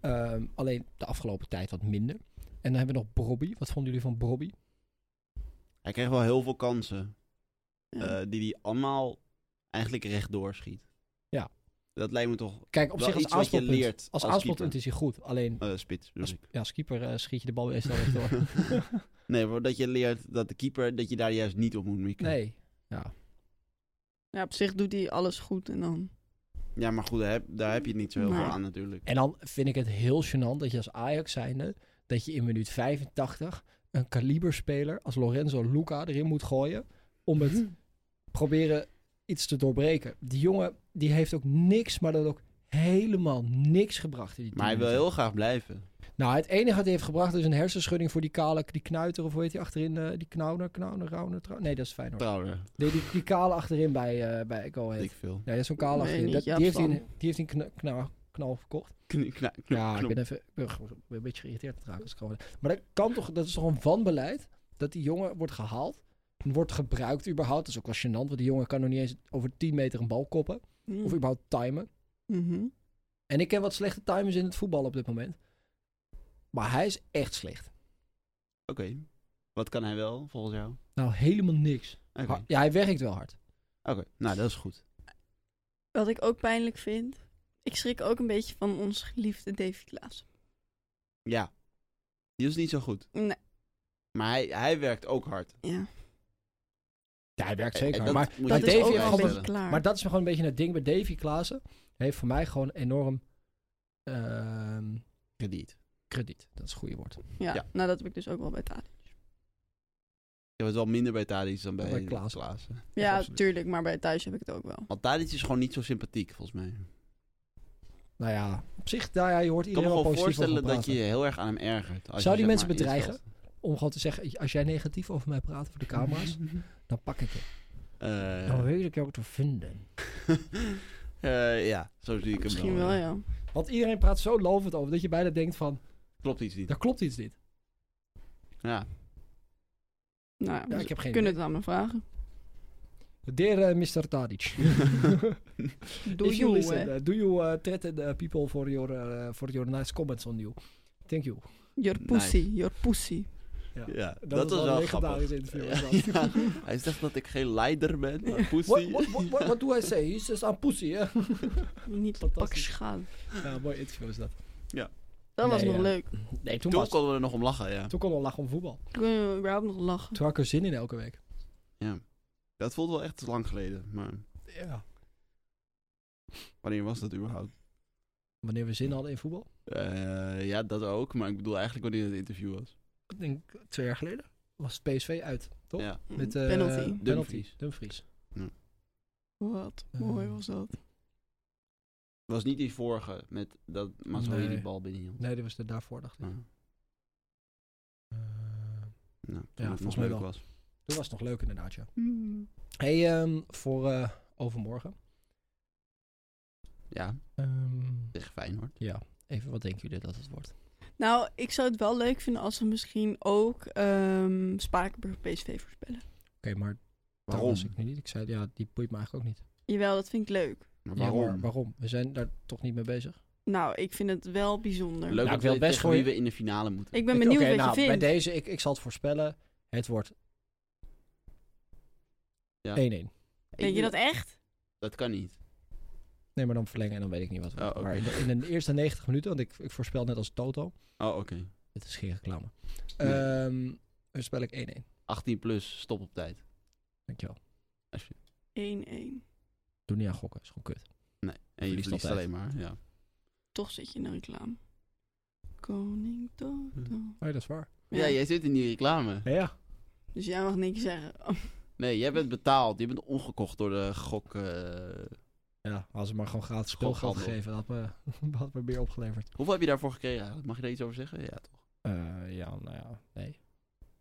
Speaker 1: Ehm, alleen de afgelopen tijd wat minder. En dan hebben we nog Brobby. Wat vonden jullie van Brobby?
Speaker 3: Hij kreeg wel heel veel kansen.
Speaker 2: Ja.
Speaker 3: eh, die hij allemaal eigenlijk rechtdoor schiet.
Speaker 1: Ja.
Speaker 3: Dat lijkt me toch
Speaker 1: Kijk, op
Speaker 3: wel
Speaker 1: zich als
Speaker 3: iets wat je
Speaker 1: aanspelpunt,
Speaker 3: leert als,
Speaker 1: als aanspelpunt is hij goed. Alleen
Speaker 3: keeper. Eh, spits bedoel
Speaker 1: als,
Speaker 3: ik.
Speaker 1: ja, als keeper eh, schiet je de bal weer snel
Speaker 3: [LAUGHS]
Speaker 1: rechtdoor.
Speaker 3: nee, maar dat je leert dat de keeper, dat je daar juist niet op moet mikken.
Speaker 1: nee.
Speaker 2: ja, op zich doet hij alles goed en dan...
Speaker 3: Ja, maar goed, daar heb, daar heb je het niet zo heel
Speaker 2: Nee.
Speaker 3: veel aan natuurlijk.
Speaker 1: En dan vind ik het heel gênant dat je als Ajax zijnde... dat je in minuut 85 een kaliberspeler als Lorenzo Luca erin moet gooien... om
Speaker 2: Hm.
Speaker 1: het proberen iets te doorbreken. Die jongen die heeft ook niks, maar dat ook helemaal niks gebracht. In die tien
Speaker 3: Maar hij wil
Speaker 1: minuten.
Speaker 3: heel graag blijven.
Speaker 1: Nou, het enige wat hij heeft gebracht is een hersenschudding voor die kale, die knuiter of hoe heet die achterin, eh, die knauner, knauner, rauner, trau- Nee, dat is Feyenoord.
Speaker 3: Trouwens,
Speaker 1: Nee, die, die kale achterin bij, eh bij Go Ahead.
Speaker 3: ik [LAUGHS] veel.
Speaker 1: Nee, dat is zo'n kale
Speaker 2: Nee,
Speaker 1: achterin.
Speaker 2: niet
Speaker 1: Dat- die,
Speaker 2: Jaap
Speaker 1: heeft hij een,
Speaker 2: Stam.
Speaker 1: die heeft hij een kna- kna- knal verkocht.
Speaker 3: Knie- kna- kno-
Speaker 1: Ja, ik
Speaker 3: knop.
Speaker 1: ben even ik ben gewoon- ik ben een beetje geïrriteerd te raken. als ik gewoon- Maar dat kan toch, dat is toch een wanbeleid? Dat die jongen wordt gehaald en wordt gebruikt überhaupt. Dat is ook wel gênant, want die jongen kan nog niet eens over 10 meter een bal koppen.
Speaker 2: Mm.
Speaker 1: Of überhaupt timen.
Speaker 2: Mhm.
Speaker 1: En ik ken wat slechte timers in het voetbal op dit moment. Maar hij is echt slecht.
Speaker 3: Oké. Wat kan hij wel, volgens jou?
Speaker 1: Nou, helemaal niks.
Speaker 3: Oké,
Speaker 1: Ha- Ja, hij werkt wel hard.
Speaker 3: Oké. nou dat is goed.
Speaker 2: Wat ik ook pijnlijk vind. Ik schrik ook een beetje van ons geliefde Davy Klaas.
Speaker 3: Ja. Die is niet zo goed.
Speaker 2: Nee,
Speaker 3: Maar hij, hij werkt ook hard.
Speaker 2: ja.
Speaker 1: Ja, hij werkt zeker
Speaker 3: En
Speaker 1: hard. Maar,
Speaker 3: moet
Speaker 2: Dat
Speaker 3: je
Speaker 2: is
Speaker 1: Davy
Speaker 3: wel
Speaker 2: ook
Speaker 1: heeft
Speaker 2: wel een
Speaker 1: gewoon-
Speaker 2: beetje
Speaker 3: voorstellen.
Speaker 2: klaar.
Speaker 1: maar dat is gewoon een beetje het ding bij Davy Klaassen. Hij heeft voor mij gewoon enorm ehm,
Speaker 3: Krediet.
Speaker 1: krediet. Dat is het goede woord.
Speaker 2: ja,
Speaker 3: ja.
Speaker 2: nou dat heb ik dus ook wel bij Tadic.
Speaker 3: Je was wel minder bij Tadic dan bij,
Speaker 1: bij
Speaker 3: Klaas.
Speaker 1: Klaassen.
Speaker 3: Klaassen.
Speaker 2: Ja,
Speaker 1: absoluut.
Speaker 2: tuurlijk, maar bij thuis heb ik het ook wel.
Speaker 3: Want Tadic is gewoon niet zo sympathiek, volgens mij.
Speaker 1: Nou ja, op zich, nou ja, je hoort
Speaker 3: Ik kan me
Speaker 1: iedereen wel positief
Speaker 3: gewoon voorstellen
Speaker 1: over
Speaker 3: dat je
Speaker 1: praten.
Speaker 3: je heel erg aan hem ergert. als
Speaker 1: Zou
Speaker 3: je,
Speaker 1: die mensen
Speaker 3: zeg maar,
Speaker 1: bedreigen?
Speaker 3: instelt.
Speaker 1: Om gewoon te zeggen, als jij negatief over mij praat voor de
Speaker 3: [LAUGHS]
Speaker 1: camera's, dan pak ik je.
Speaker 3: Eh,
Speaker 1: Dan weet ik jou te vinden.
Speaker 3: [LAUGHS] eh, ja, zo zie ik hem
Speaker 2: Misschien wel, ja. Nou
Speaker 1: Want iedereen praat zo lovend over dat je bijna denkt van,
Speaker 3: Klopt iets niet.
Speaker 1: daar klopt iets niet.
Speaker 3: Ja.
Speaker 2: Nou,
Speaker 1: Ja,
Speaker 2: we
Speaker 1: ik heb geen
Speaker 2: kunnen het aan me vragen.
Speaker 1: Dear eh, Mr.
Speaker 3: [LAUGHS]
Speaker 1: Tadic.
Speaker 2: Doe
Speaker 1: If you
Speaker 2: je,
Speaker 1: listen,
Speaker 2: hè.
Speaker 1: uh, do you uh, threaten uh, people for your, uh, for your nice comments on you? Thank you.
Speaker 2: Your
Speaker 3: Nice.
Speaker 2: pussy, your pussy.
Speaker 3: ja, dat,
Speaker 1: was
Speaker 3: was
Speaker 1: wel
Speaker 3: wel
Speaker 1: een
Speaker 3: grappig.
Speaker 1: legendarisch interview,
Speaker 3: Ja,
Speaker 1: was dat.
Speaker 3: [LAUGHS] ja. Hij zegt dat ik geen leider ben, maar pussy.
Speaker 1: What, what, what, what, what do I say? He says I'm pussy, hè? [LAUGHS]
Speaker 2: Niet op pak
Speaker 1: Fantastisch.
Speaker 2: schaal.
Speaker 1: ja, mooi interview is dat.
Speaker 2: Dat was
Speaker 1: Nee,
Speaker 2: nog
Speaker 1: ja.
Speaker 2: leuk.
Speaker 1: Nee, toen,
Speaker 3: Toen
Speaker 1: was,
Speaker 3: konden we er nog om lachen, ja.
Speaker 1: toen kon al lachen om voetbal.
Speaker 2: Toen kunnen we überhaupt nog lachen.
Speaker 1: Toen had ik er zin in elke week.
Speaker 3: Dat voelt wel echt lang geleden, maar
Speaker 1: Ja.
Speaker 3: wanneer was dat überhaupt?
Speaker 1: Wanneer we zin hadden in voetbal?
Speaker 3: Eh, ja, dat ook, maar ik bedoel eigenlijk wanneer het interview was.
Speaker 1: Ik denk twee jaar geleden. Was het PSV uit. Toch?
Speaker 3: Ja.
Speaker 1: Met eh
Speaker 2: Mhm. Penalty.
Speaker 3: Dumfries.
Speaker 1: Dumfries.
Speaker 2: Wat
Speaker 1: Eh.
Speaker 2: mooi was dat.
Speaker 3: Het was niet die vorige, met dat Mazraoui
Speaker 1: Nee.
Speaker 3: die bal binnenhield.
Speaker 1: Nee, dat was er daarvoor, dacht ik.
Speaker 3: Ah,
Speaker 1: Eh, Ja,
Speaker 3: nou, toen het nog
Speaker 1: volgens mij
Speaker 3: leuk
Speaker 1: wel.
Speaker 3: was.
Speaker 1: toen was het nog leuk inderdaad, ja.
Speaker 2: Hmm.
Speaker 1: hey, ehm, voor eh, overmorgen.
Speaker 3: Ja,
Speaker 1: Ehm,
Speaker 3: tegen Feyenoord.
Speaker 1: ja, even wat denken jullie dat het wordt?
Speaker 2: Nou, ik zou het wel leuk vinden als we misschien ook ehm Spakenburg PSV voorspellen.
Speaker 1: Oké, maar daar
Speaker 3: Waarom?
Speaker 1: was ik nu niet. Ik zei, ja, die boeit me eigenlijk ook niet.
Speaker 2: Jawel, dat vind ik leuk.
Speaker 3: Maar
Speaker 1: Ja, maar
Speaker 3: waarom?
Speaker 1: waarom? We zijn daar toch niet mee bezig?
Speaker 2: Nou, ik vind het wel bijzonder.
Speaker 3: Leuk
Speaker 1: Nou,
Speaker 3: dat
Speaker 1: ik wil
Speaker 3: we
Speaker 1: best
Speaker 3: tegen
Speaker 1: voor
Speaker 3: wie
Speaker 1: je-
Speaker 3: we in de finale moeten.
Speaker 2: Ik ben
Speaker 1: Ik-
Speaker 2: benieuwd
Speaker 1: oké,
Speaker 2: wat
Speaker 1: nou,
Speaker 2: je vindt.
Speaker 1: Bij deze, ik, ik zal het voorspellen. Het wordt 1-1.
Speaker 3: Ja.
Speaker 2: Denk je dat echt?
Speaker 3: Dat kan niet.
Speaker 1: Nee, maar dan verlengen en dan weet ik niet wat. we
Speaker 3: Oh, oké.
Speaker 1: Maar in de, in de eerste 90 minuten, want ik, ik voorspel net als Toto.
Speaker 3: Oh, oké.
Speaker 1: Het is geen reclame.
Speaker 3: Nee.
Speaker 1: Ehm voorspel ik 1-1.
Speaker 3: 18 plus, stop op tijd.
Speaker 1: Dankjewel.
Speaker 2: 1-1.
Speaker 1: Doe niet aan gokken, is gewoon kut.
Speaker 3: Nee, en je
Speaker 1: Verliest
Speaker 3: verliest
Speaker 1: altijd.
Speaker 3: alleen maar. Ja.
Speaker 2: Toch zit je in een reclame. Koning
Speaker 1: Hm.
Speaker 2: Toto.
Speaker 1: Nee, dat is waar.
Speaker 3: ja, jij zit in die reclame.
Speaker 1: Ja.
Speaker 2: Dus jij mag niks zeggen.
Speaker 3: Nee, jij bent betaald. Je bent omgekocht door de gok. eh,
Speaker 1: Ja, als ze maar gewoon gratis speelgeld
Speaker 3: Gokhandel.
Speaker 1: gegeven, dat had me, [LAUGHS] had me meer opgeleverd.
Speaker 3: Hoeveel heb je daarvoor gekregen eigenlijk? Mag je daar iets over zeggen? Ja, toch?
Speaker 1: Eh, ja, nou ja, nee.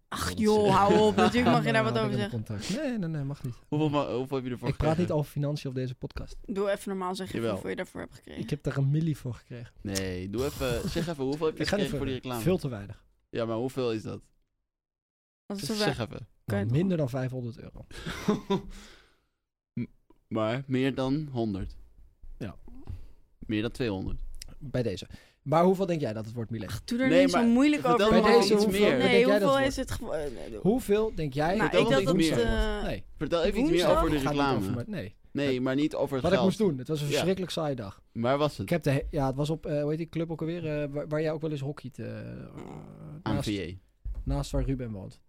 Speaker 2: Ach
Speaker 1: Dat
Speaker 2: joh,
Speaker 1: is-
Speaker 2: hou
Speaker 1: [LAUGHS]
Speaker 2: op. Natuurlijk mag je
Speaker 1: Nee,
Speaker 2: daar wat
Speaker 1: had ik
Speaker 2: over
Speaker 1: in
Speaker 2: zeggen.
Speaker 1: mijn contract. Nee, nee, nee, mag niet.
Speaker 3: Hoeveel, ma- hoeveel heb je ervoor
Speaker 1: Ik
Speaker 3: gekregen?
Speaker 1: praat niet over financiën op deze podcast.
Speaker 2: Doe even normaal zeggen
Speaker 3: Jawel.
Speaker 2: hoeveel je daarvoor hebt gekregen.
Speaker 1: Ik heb daar een milli voor gekregen.
Speaker 3: Nee,
Speaker 1: [LAUGHS]
Speaker 3: doe even. zeg even, hoeveel heb je
Speaker 1: Ik ga niet
Speaker 3: gekregen voor die reclame?
Speaker 1: Veel te weinig.
Speaker 3: Ja, maar hoeveel is dat?
Speaker 2: Dat is
Speaker 3: Zeg,
Speaker 2: zo waar.
Speaker 3: even.
Speaker 2: Kan
Speaker 1: Nou,
Speaker 2: je toch-
Speaker 1: minder dan 500 euro.
Speaker 3: [LAUGHS] M- maar meer dan 100.
Speaker 1: Ja.
Speaker 3: Meer dan 200.
Speaker 1: Bij deze. Maar hoeveel denk jij dat het wordt, Milet?
Speaker 2: Ach, doe er
Speaker 3: Nee,
Speaker 2: niet zo
Speaker 3: maar
Speaker 2: moeilijk
Speaker 3: vertel
Speaker 2: over.
Speaker 1: me
Speaker 2: man.
Speaker 1: Bij deze, iets hoeveel- meer. Wat
Speaker 2: Nee,
Speaker 1: denk jij dat
Speaker 2: hoeveel
Speaker 1: het
Speaker 2: is het gewoon... eh, nee,
Speaker 1: Hoeveel denk jij
Speaker 2: Nou,
Speaker 3: vertel
Speaker 2: ik
Speaker 3: nog
Speaker 2: dacht dat
Speaker 3: iets
Speaker 2: het...
Speaker 3: meer.
Speaker 2: eh,
Speaker 1: Nee,
Speaker 3: Vertel even iets meer
Speaker 2: Woensdag?
Speaker 3: over de
Speaker 1: het gaat niet over
Speaker 3: reclame.
Speaker 1: mijn- nee.
Speaker 3: Nee, maar niet over het
Speaker 1: Wat ik
Speaker 3: geld.
Speaker 1: moest doen. Het was een
Speaker 3: Ja.
Speaker 1: verschrikkelijk saaie dag.
Speaker 3: Waar was
Speaker 1: Ik
Speaker 3: het?
Speaker 1: heb de, he- ja, het was op, eh hoe heet die club ook alweer? eh, waar, waar jij ook wel eens hockeyt. eh, eh,
Speaker 3: Aan Mhm.
Speaker 1: naast,
Speaker 3: VJ.
Speaker 1: naast waar Ruben woont.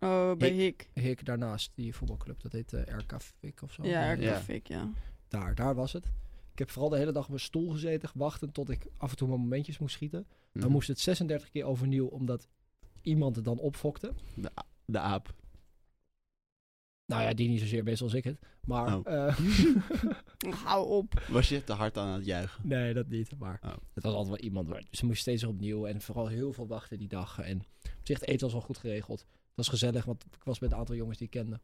Speaker 2: Oh, bij Hik.
Speaker 1: Hik
Speaker 3: Oh,
Speaker 1: daarnaast, die voetbalclub. Dat heet eh, RK Fik of zo.
Speaker 2: Ja,
Speaker 1: Eh,
Speaker 2: Erkafik, ja.
Speaker 1: Daar, daar was het. Ik heb vooral de hele dag op mijn stoel gezeten, wachten tot ik af en toe mijn momentjes moest schieten. Dan
Speaker 3: Mhm.
Speaker 1: moest het 36 keer overnieuw, omdat iemand het dan opfokte.
Speaker 3: De, a- de aap.
Speaker 1: Nou ja, die niet zozeer best als ik het. Maar
Speaker 3: Oh.
Speaker 1: eh,
Speaker 3: [LAUGHS]
Speaker 2: Hou op.
Speaker 3: Was je te hard aan het juichen?
Speaker 1: nee, dat niet. Maar
Speaker 3: Oh.
Speaker 1: het was altijd wel iemand. waar- Dus ze moest steeds opnieuw en vooral heel veel wachten die dag. En op zich, het eten was wel goed geregeld. Het was gezellig, want ik was met een aantal jongens die ik kende.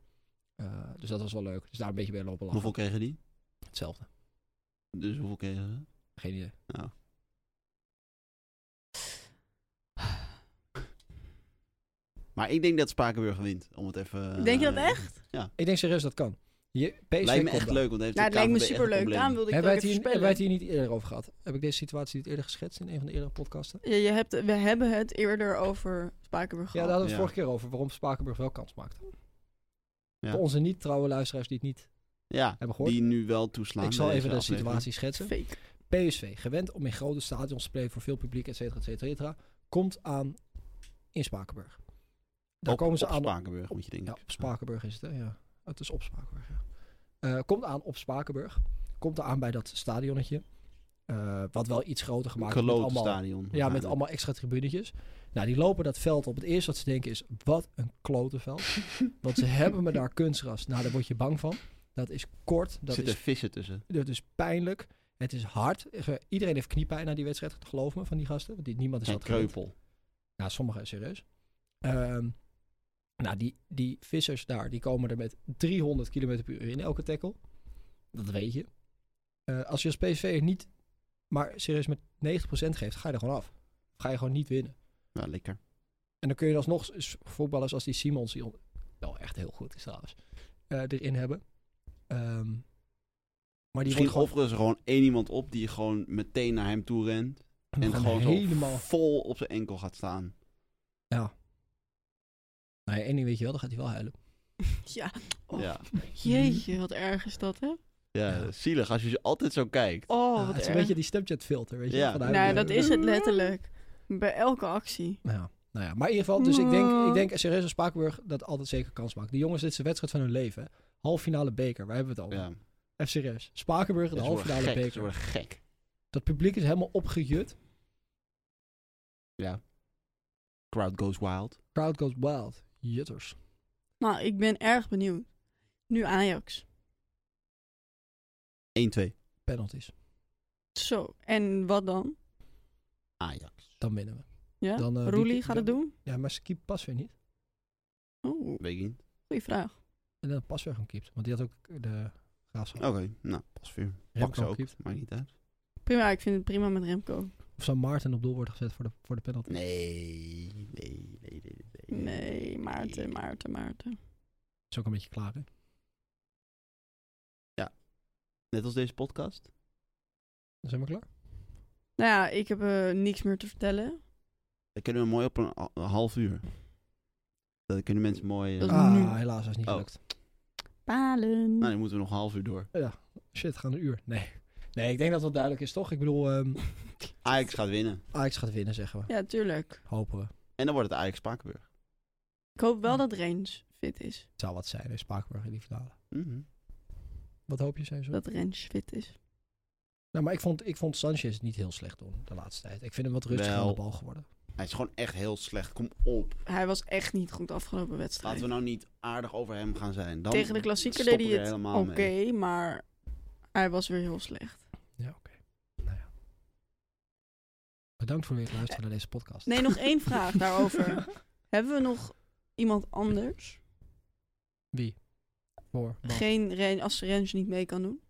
Speaker 1: Eh, dus dat was wel leuk. Dus daar een beetje bij lopen lachen.
Speaker 3: Hoeveel kregen die?
Speaker 1: Hetzelfde.
Speaker 3: Dus hoeveel kregen ze?
Speaker 1: Geen idee.
Speaker 3: Nou. Maar ik denk dat Spakenburg wint. Om het even.
Speaker 2: Denk je dat
Speaker 3: eh,
Speaker 2: echt?
Speaker 1: Ik denk serieus dat kan. Je, PSV
Speaker 3: Lijkt me
Speaker 1: komt
Speaker 3: echt
Speaker 1: wel.
Speaker 3: leuk, want dan heeft
Speaker 2: Nou,
Speaker 3: de
Speaker 2: Nou, het lijkt me
Speaker 3: KNVB echt een
Speaker 2: superleuk.
Speaker 3: probleem.
Speaker 2: Daarom wilde ik
Speaker 1: Hebben
Speaker 2: dat
Speaker 1: wij, het
Speaker 2: even
Speaker 1: hier, hebben
Speaker 2: spelen.
Speaker 1: wij het hier niet eerder over gehad? Heb ik deze situatie niet eerder geschetst in een van de eerdere podcasten?
Speaker 2: Ja, je hebt, we hebben het eerder over
Speaker 1: Ja,
Speaker 2: Spakenburg gehad.
Speaker 1: daar hadden we het
Speaker 3: Ja.
Speaker 1: vorige keer over, waarom Spakenburg wel kans maakte.
Speaker 3: Ja.
Speaker 1: Voor onze niet-trouwe luisteraars die het niet
Speaker 3: Ja,
Speaker 1: hebben gehoord.
Speaker 3: die nu wel toeslaan.
Speaker 1: ik zal
Speaker 3: bij
Speaker 1: even de
Speaker 3: deze Nou, aflevering.
Speaker 1: situatie schetsen.
Speaker 2: Fake.
Speaker 1: PSV, gewend om in grote stadions te spelen voor veel publiek, et cetera, et cetera, et cetera, komt aan in Spakenburg. Daar
Speaker 3: Op-
Speaker 1: komen ze
Speaker 3: op
Speaker 1: aan
Speaker 3: Spakenburg, moet je denken.
Speaker 1: Ja, op Spakenburg is het, hè? Ja. Het is op Spakenburg, ja. Eh, komt aan op Spakenburg. Komt aan bij dat stadionnetje. Eh, wat wel iets groter gemaakt is. Met
Speaker 3: Geloten
Speaker 1: allemaal,
Speaker 3: stadion.
Speaker 1: ja, met allemaal extra tribunetjes. Nou, die lopen dat veld op. Het eerste wat ze denken is, wat een klote veld. Want
Speaker 3: [LAUGHS]
Speaker 1: ze hebben me daar kunstras. Nou, daar word je bang van. Dat is kort.
Speaker 3: Er
Speaker 1: Dat
Speaker 3: zitten
Speaker 1: is,
Speaker 3: vissen tussen.
Speaker 1: dat is pijnlijk. Het is hard. Ge- Iedereen heeft kniepijn na die wedstrijd, geloof me, van die gasten. Want die, niemand is
Speaker 3: En
Speaker 1: dat gewend.
Speaker 3: kreupel.
Speaker 1: Ja, sommigen serieus. Ehm, nou, die, die vissers daar, die komen er met 300 km per uur in elke tackle. Dat weet je. Eh, als je als PSV niet, maar serieus met 90% geeft, ga je er gewoon af. Ga je gewoon niet winnen.
Speaker 3: Nou, lekker.
Speaker 1: En dan kun je alsnog s- voetballers als die Simons, die on- wel echt heel goed is trouwens, eh, erin hebben. Ehm, maar die
Speaker 3: Misschien
Speaker 1: wordt
Speaker 3: offeren ze gewoon één iemand op die gewoon meteen naar hem toe rent.
Speaker 1: gewoon,
Speaker 3: En gewoon helemaal
Speaker 1: helemaal...
Speaker 3: vol op zijn enkel gaat staan.
Speaker 1: Nee, één ding weet je wel, dan gaat hij wel huilen.
Speaker 2: Ja. Oh,
Speaker 3: Ja.
Speaker 2: Jeetje, wat erg is dat, hè?
Speaker 3: Ja,
Speaker 1: Ja.
Speaker 3: zielig als je ze altijd zo kijkt.
Speaker 2: Oh,
Speaker 1: Ah,
Speaker 2: wat
Speaker 1: het is
Speaker 2: erg.
Speaker 1: een beetje die Snapchat filter, weet je.
Speaker 3: Ja.
Speaker 1: van
Speaker 3: Nou,
Speaker 1: huilen.
Speaker 2: Nou, dat is het letterlijk. Bij elke actie.
Speaker 1: Ja, nou ja, maar in ieder geval, dus ik denk, ik denk serieus als Spakenburg dat altijd zeker kans maakt. Die jongens, dit is de wedstrijd van hun leven. hè. Halffinale beker, waar hebben we het over?
Speaker 3: Ja.
Speaker 1: Even serieus. Spakenburg,
Speaker 3: Ze
Speaker 1: de
Speaker 3: worden
Speaker 1: halffinale
Speaker 3: gek, Ze
Speaker 1: beker.
Speaker 3: worden gek.
Speaker 1: Dat publiek is helemaal opgejut.
Speaker 3: Ja. Crowd goes wild.
Speaker 1: Crowd goes wild. Jutters.
Speaker 2: Nou, ik ben erg benieuwd. Nu Ajax.
Speaker 3: 1-2.
Speaker 1: Penalties.
Speaker 2: Zo, en wat dan?
Speaker 3: Ajax.
Speaker 1: Dan winnen we.
Speaker 2: Ja?
Speaker 1: Dan, eh,
Speaker 2: Roelie
Speaker 1: wie-
Speaker 2: gaat het doen?
Speaker 1: Ja, maar ze keept pas weer niet.
Speaker 2: Oh,
Speaker 3: Weet ik niet.
Speaker 2: goeie vraag.
Speaker 1: En dan pas weer gewoon keept. Want die had ook de graafschap.
Speaker 3: Oké, nou, pas weer.
Speaker 1: Remco
Speaker 3: Pak ze ook.
Speaker 1: keept.
Speaker 3: Maakt niet uit.
Speaker 2: Prima, ik vind het prima met Remco.
Speaker 1: Of zou Maarten op doel worden gezet voor de, voor de penalty?
Speaker 3: Nee, nee, nee, nee, nee.
Speaker 2: Nee, Maarten, Maarten, Maarten.
Speaker 1: Is ook een beetje klaar, hè?
Speaker 3: Net als deze podcast.
Speaker 1: Dan zijn we klaar.
Speaker 2: Nou ja, ik heb eh, niks meer te vertellen.
Speaker 3: Dan kunnen we mooi op een, een half uur. Dan kunnen mensen mooi... eh,
Speaker 2: Dat is
Speaker 1: ah,
Speaker 2: nu.
Speaker 1: helaas, dat is niet
Speaker 3: Oh.
Speaker 1: gelukt.
Speaker 2: Palen.
Speaker 3: Nou, dan moeten we nog een half uur door.
Speaker 1: Shit, gaan een uur. Nee. Nee, ik denk dat dat duidelijk is, toch? Ik bedoel, ehm
Speaker 3: Ajax gaat winnen.
Speaker 1: Ajax gaat winnen, zeggen we.
Speaker 2: Ja, tuurlijk.
Speaker 1: Hopen we.
Speaker 3: En dan wordt het Ajax Spakenburg.
Speaker 2: Ik hoop wel dat Rens fit is.
Speaker 1: Het zou wat zijn, hè, Spakenburg in die finale.
Speaker 3: Mhm.
Speaker 1: Wat hoop je, zijn zo?
Speaker 2: Dat Rens fit is.
Speaker 1: Nou, maar ik vond, ik vond Sanchez niet heel slecht doen de laatste tijd. Ik vind hem wat rustiger
Speaker 3: Wel.
Speaker 1: aan de bal geworden.
Speaker 3: Hij is gewoon echt heel slecht. Kom op.
Speaker 2: Hij was echt niet goed afgelopen wedstrijd.
Speaker 3: Laten we nou niet aardig over hem gaan zijn. Dan
Speaker 2: Tegen de klassieker
Speaker 3: stoppen
Speaker 2: deed
Speaker 3: we
Speaker 2: hij
Speaker 3: er
Speaker 2: het oké,
Speaker 3: helemaal mee.
Speaker 2: maar hij was weer heel slecht.
Speaker 1: Ja, oké. Nou ja. Bedankt voor weer het luisteren naar deze podcast.
Speaker 2: Nee, nog één vraag daarover. Hebben we nog iemand anders?
Speaker 1: Wie? Voor? wat?
Speaker 2: Geen Ren, als Rens niet mee kan doen?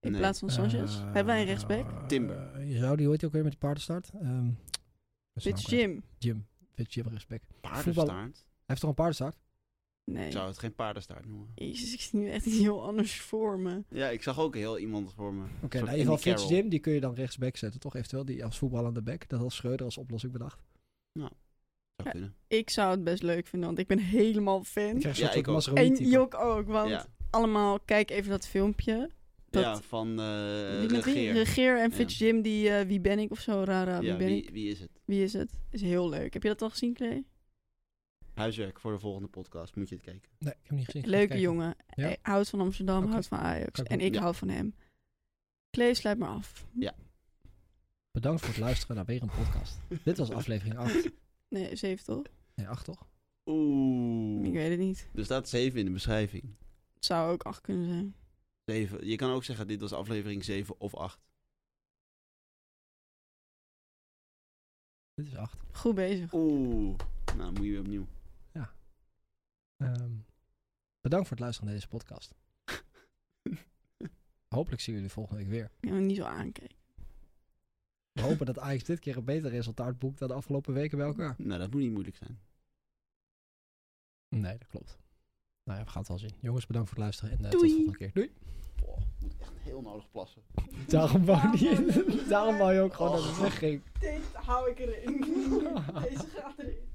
Speaker 2: In
Speaker 3: Nee.
Speaker 2: plaats van Sanchez?
Speaker 1: Eh,
Speaker 2: Hebben wij een rechtsback?
Speaker 3: Timber.
Speaker 1: eh, je zou die ooit ook weer met die paardenstart? Ehm, met zijn
Speaker 2: Dit is
Speaker 1: naam kwijt.
Speaker 2: Jim.
Speaker 1: Jim. Fit Jim rechtsback. Hij
Speaker 3: Paardenstaart?
Speaker 1: heeft toch een paardenstart?
Speaker 2: Nee.
Speaker 3: Ik zou het geen paardenstaart noemen.
Speaker 2: Jezus, ik zie nu echt iets heel anders voor me.
Speaker 3: Ja, ik zag ook heel iemand voor me.
Speaker 1: Oké, nou, in ieder geval Fitz Jim, die kun je dan rechtsback zetten, toch? Eventueel die als voetbal aan de back. Dat had Schreuder als oplossing bedacht.
Speaker 3: Zou kunnen.
Speaker 2: Ik zou het best leuk vinden, want ik ben helemaal
Speaker 1: Ik
Speaker 2: fan.
Speaker 1: krijg
Speaker 3: Ja,
Speaker 1: een soort
Speaker 3: ik ook.
Speaker 1: Maseroni
Speaker 2: En
Speaker 1: type.
Speaker 2: Jok ook, want
Speaker 3: Ja,
Speaker 2: allemaal, kijk even dat filmpje. Dat,
Speaker 3: ja, van eh
Speaker 2: Wie met wie?
Speaker 3: Regeer.
Speaker 2: Regeer en
Speaker 3: Ja.
Speaker 2: Fitz Jim, die eh, Wie ben ik of zo, Rara, wie
Speaker 3: ja,
Speaker 2: ben
Speaker 3: wie,
Speaker 2: ik?
Speaker 3: wie is het?
Speaker 2: Wie is het? Is heel leuk. Heb je dat al gezien, Clay?
Speaker 3: Huiswerk voor de volgende podcast. Moet je het kijken.
Speaker 1: Nee, ik heb hem niet gezien. Ik ga
Speaker 2: Leuke
Speaker 1: kijken.
Speaker 2: jongen.
Speaker 1: Ja?
Speaker 2: Hij houdt van Amsterdam,
Speaker 1: Oké.
Speaker 2: houdt van Ajax.
Speaker 1: Ga ik
Speaker 2: En
Speaker 1: doen.
Speaker 2: ik
Speaker 3: Ja.
Speaker 2: hou van hem. Klee, sluit maar af.
Speaker 1: Bedankt voor het luisteren naar weer een
Speaker 3: [LAUGHS]
Speaker 1: podcast. Dit was aflevering 8.
Speaker 2: Nee, 7 toch?
Speaker 1: Nee, 8 toch?
Speaker 2: Ik
Speaker 3: Oeh.
Speaker 2: weet het niet.
Speaker 3: Er staat 7 in de beschrijving.
Speaker 2: Het zou ook 8 kunnen zijn.
Speaker 3: 7. Je kan ook zeggen, dit was aflevering 7 of 8.
Speaker 1: Dit is 8.
Speaker 2: Goed bezig.
Speaker 3: Oeh. Nou, moet je weer opnieuw.
Speaker 1: Ehm, bedankt voor het luisteren naar deze podcast. Hopelijk zien we jullie volgende week weer.
Speaker 2: Ik heb hem niet zo aankijken.
Speaker 1: We hopen dat Ajax dit keer een beter resultaat boekt dan de afgelopen weken bij elkaar.
Speaker 3: Nou, dat moet niet moeilijk zijn.
Speaker 1: Nee, dat klopt. Nou ja, we gaan het wel zien. Jongens, bedankt voor het luisteren en eh, tot
Speaker 2: Doei.
Speaker 1: volgende keer. Doei.
Speaker 3: Boah, ik moet echt heel nodig plassen.
Speaker 1: Daarom wou, [LAUGHS] die, daarom wou je ook gewoon dat het wegging. [LAUGHS]
Speaker 2: Dit hou ik erin.
Speaker 1: Deze
Speaker 2: gaat erin.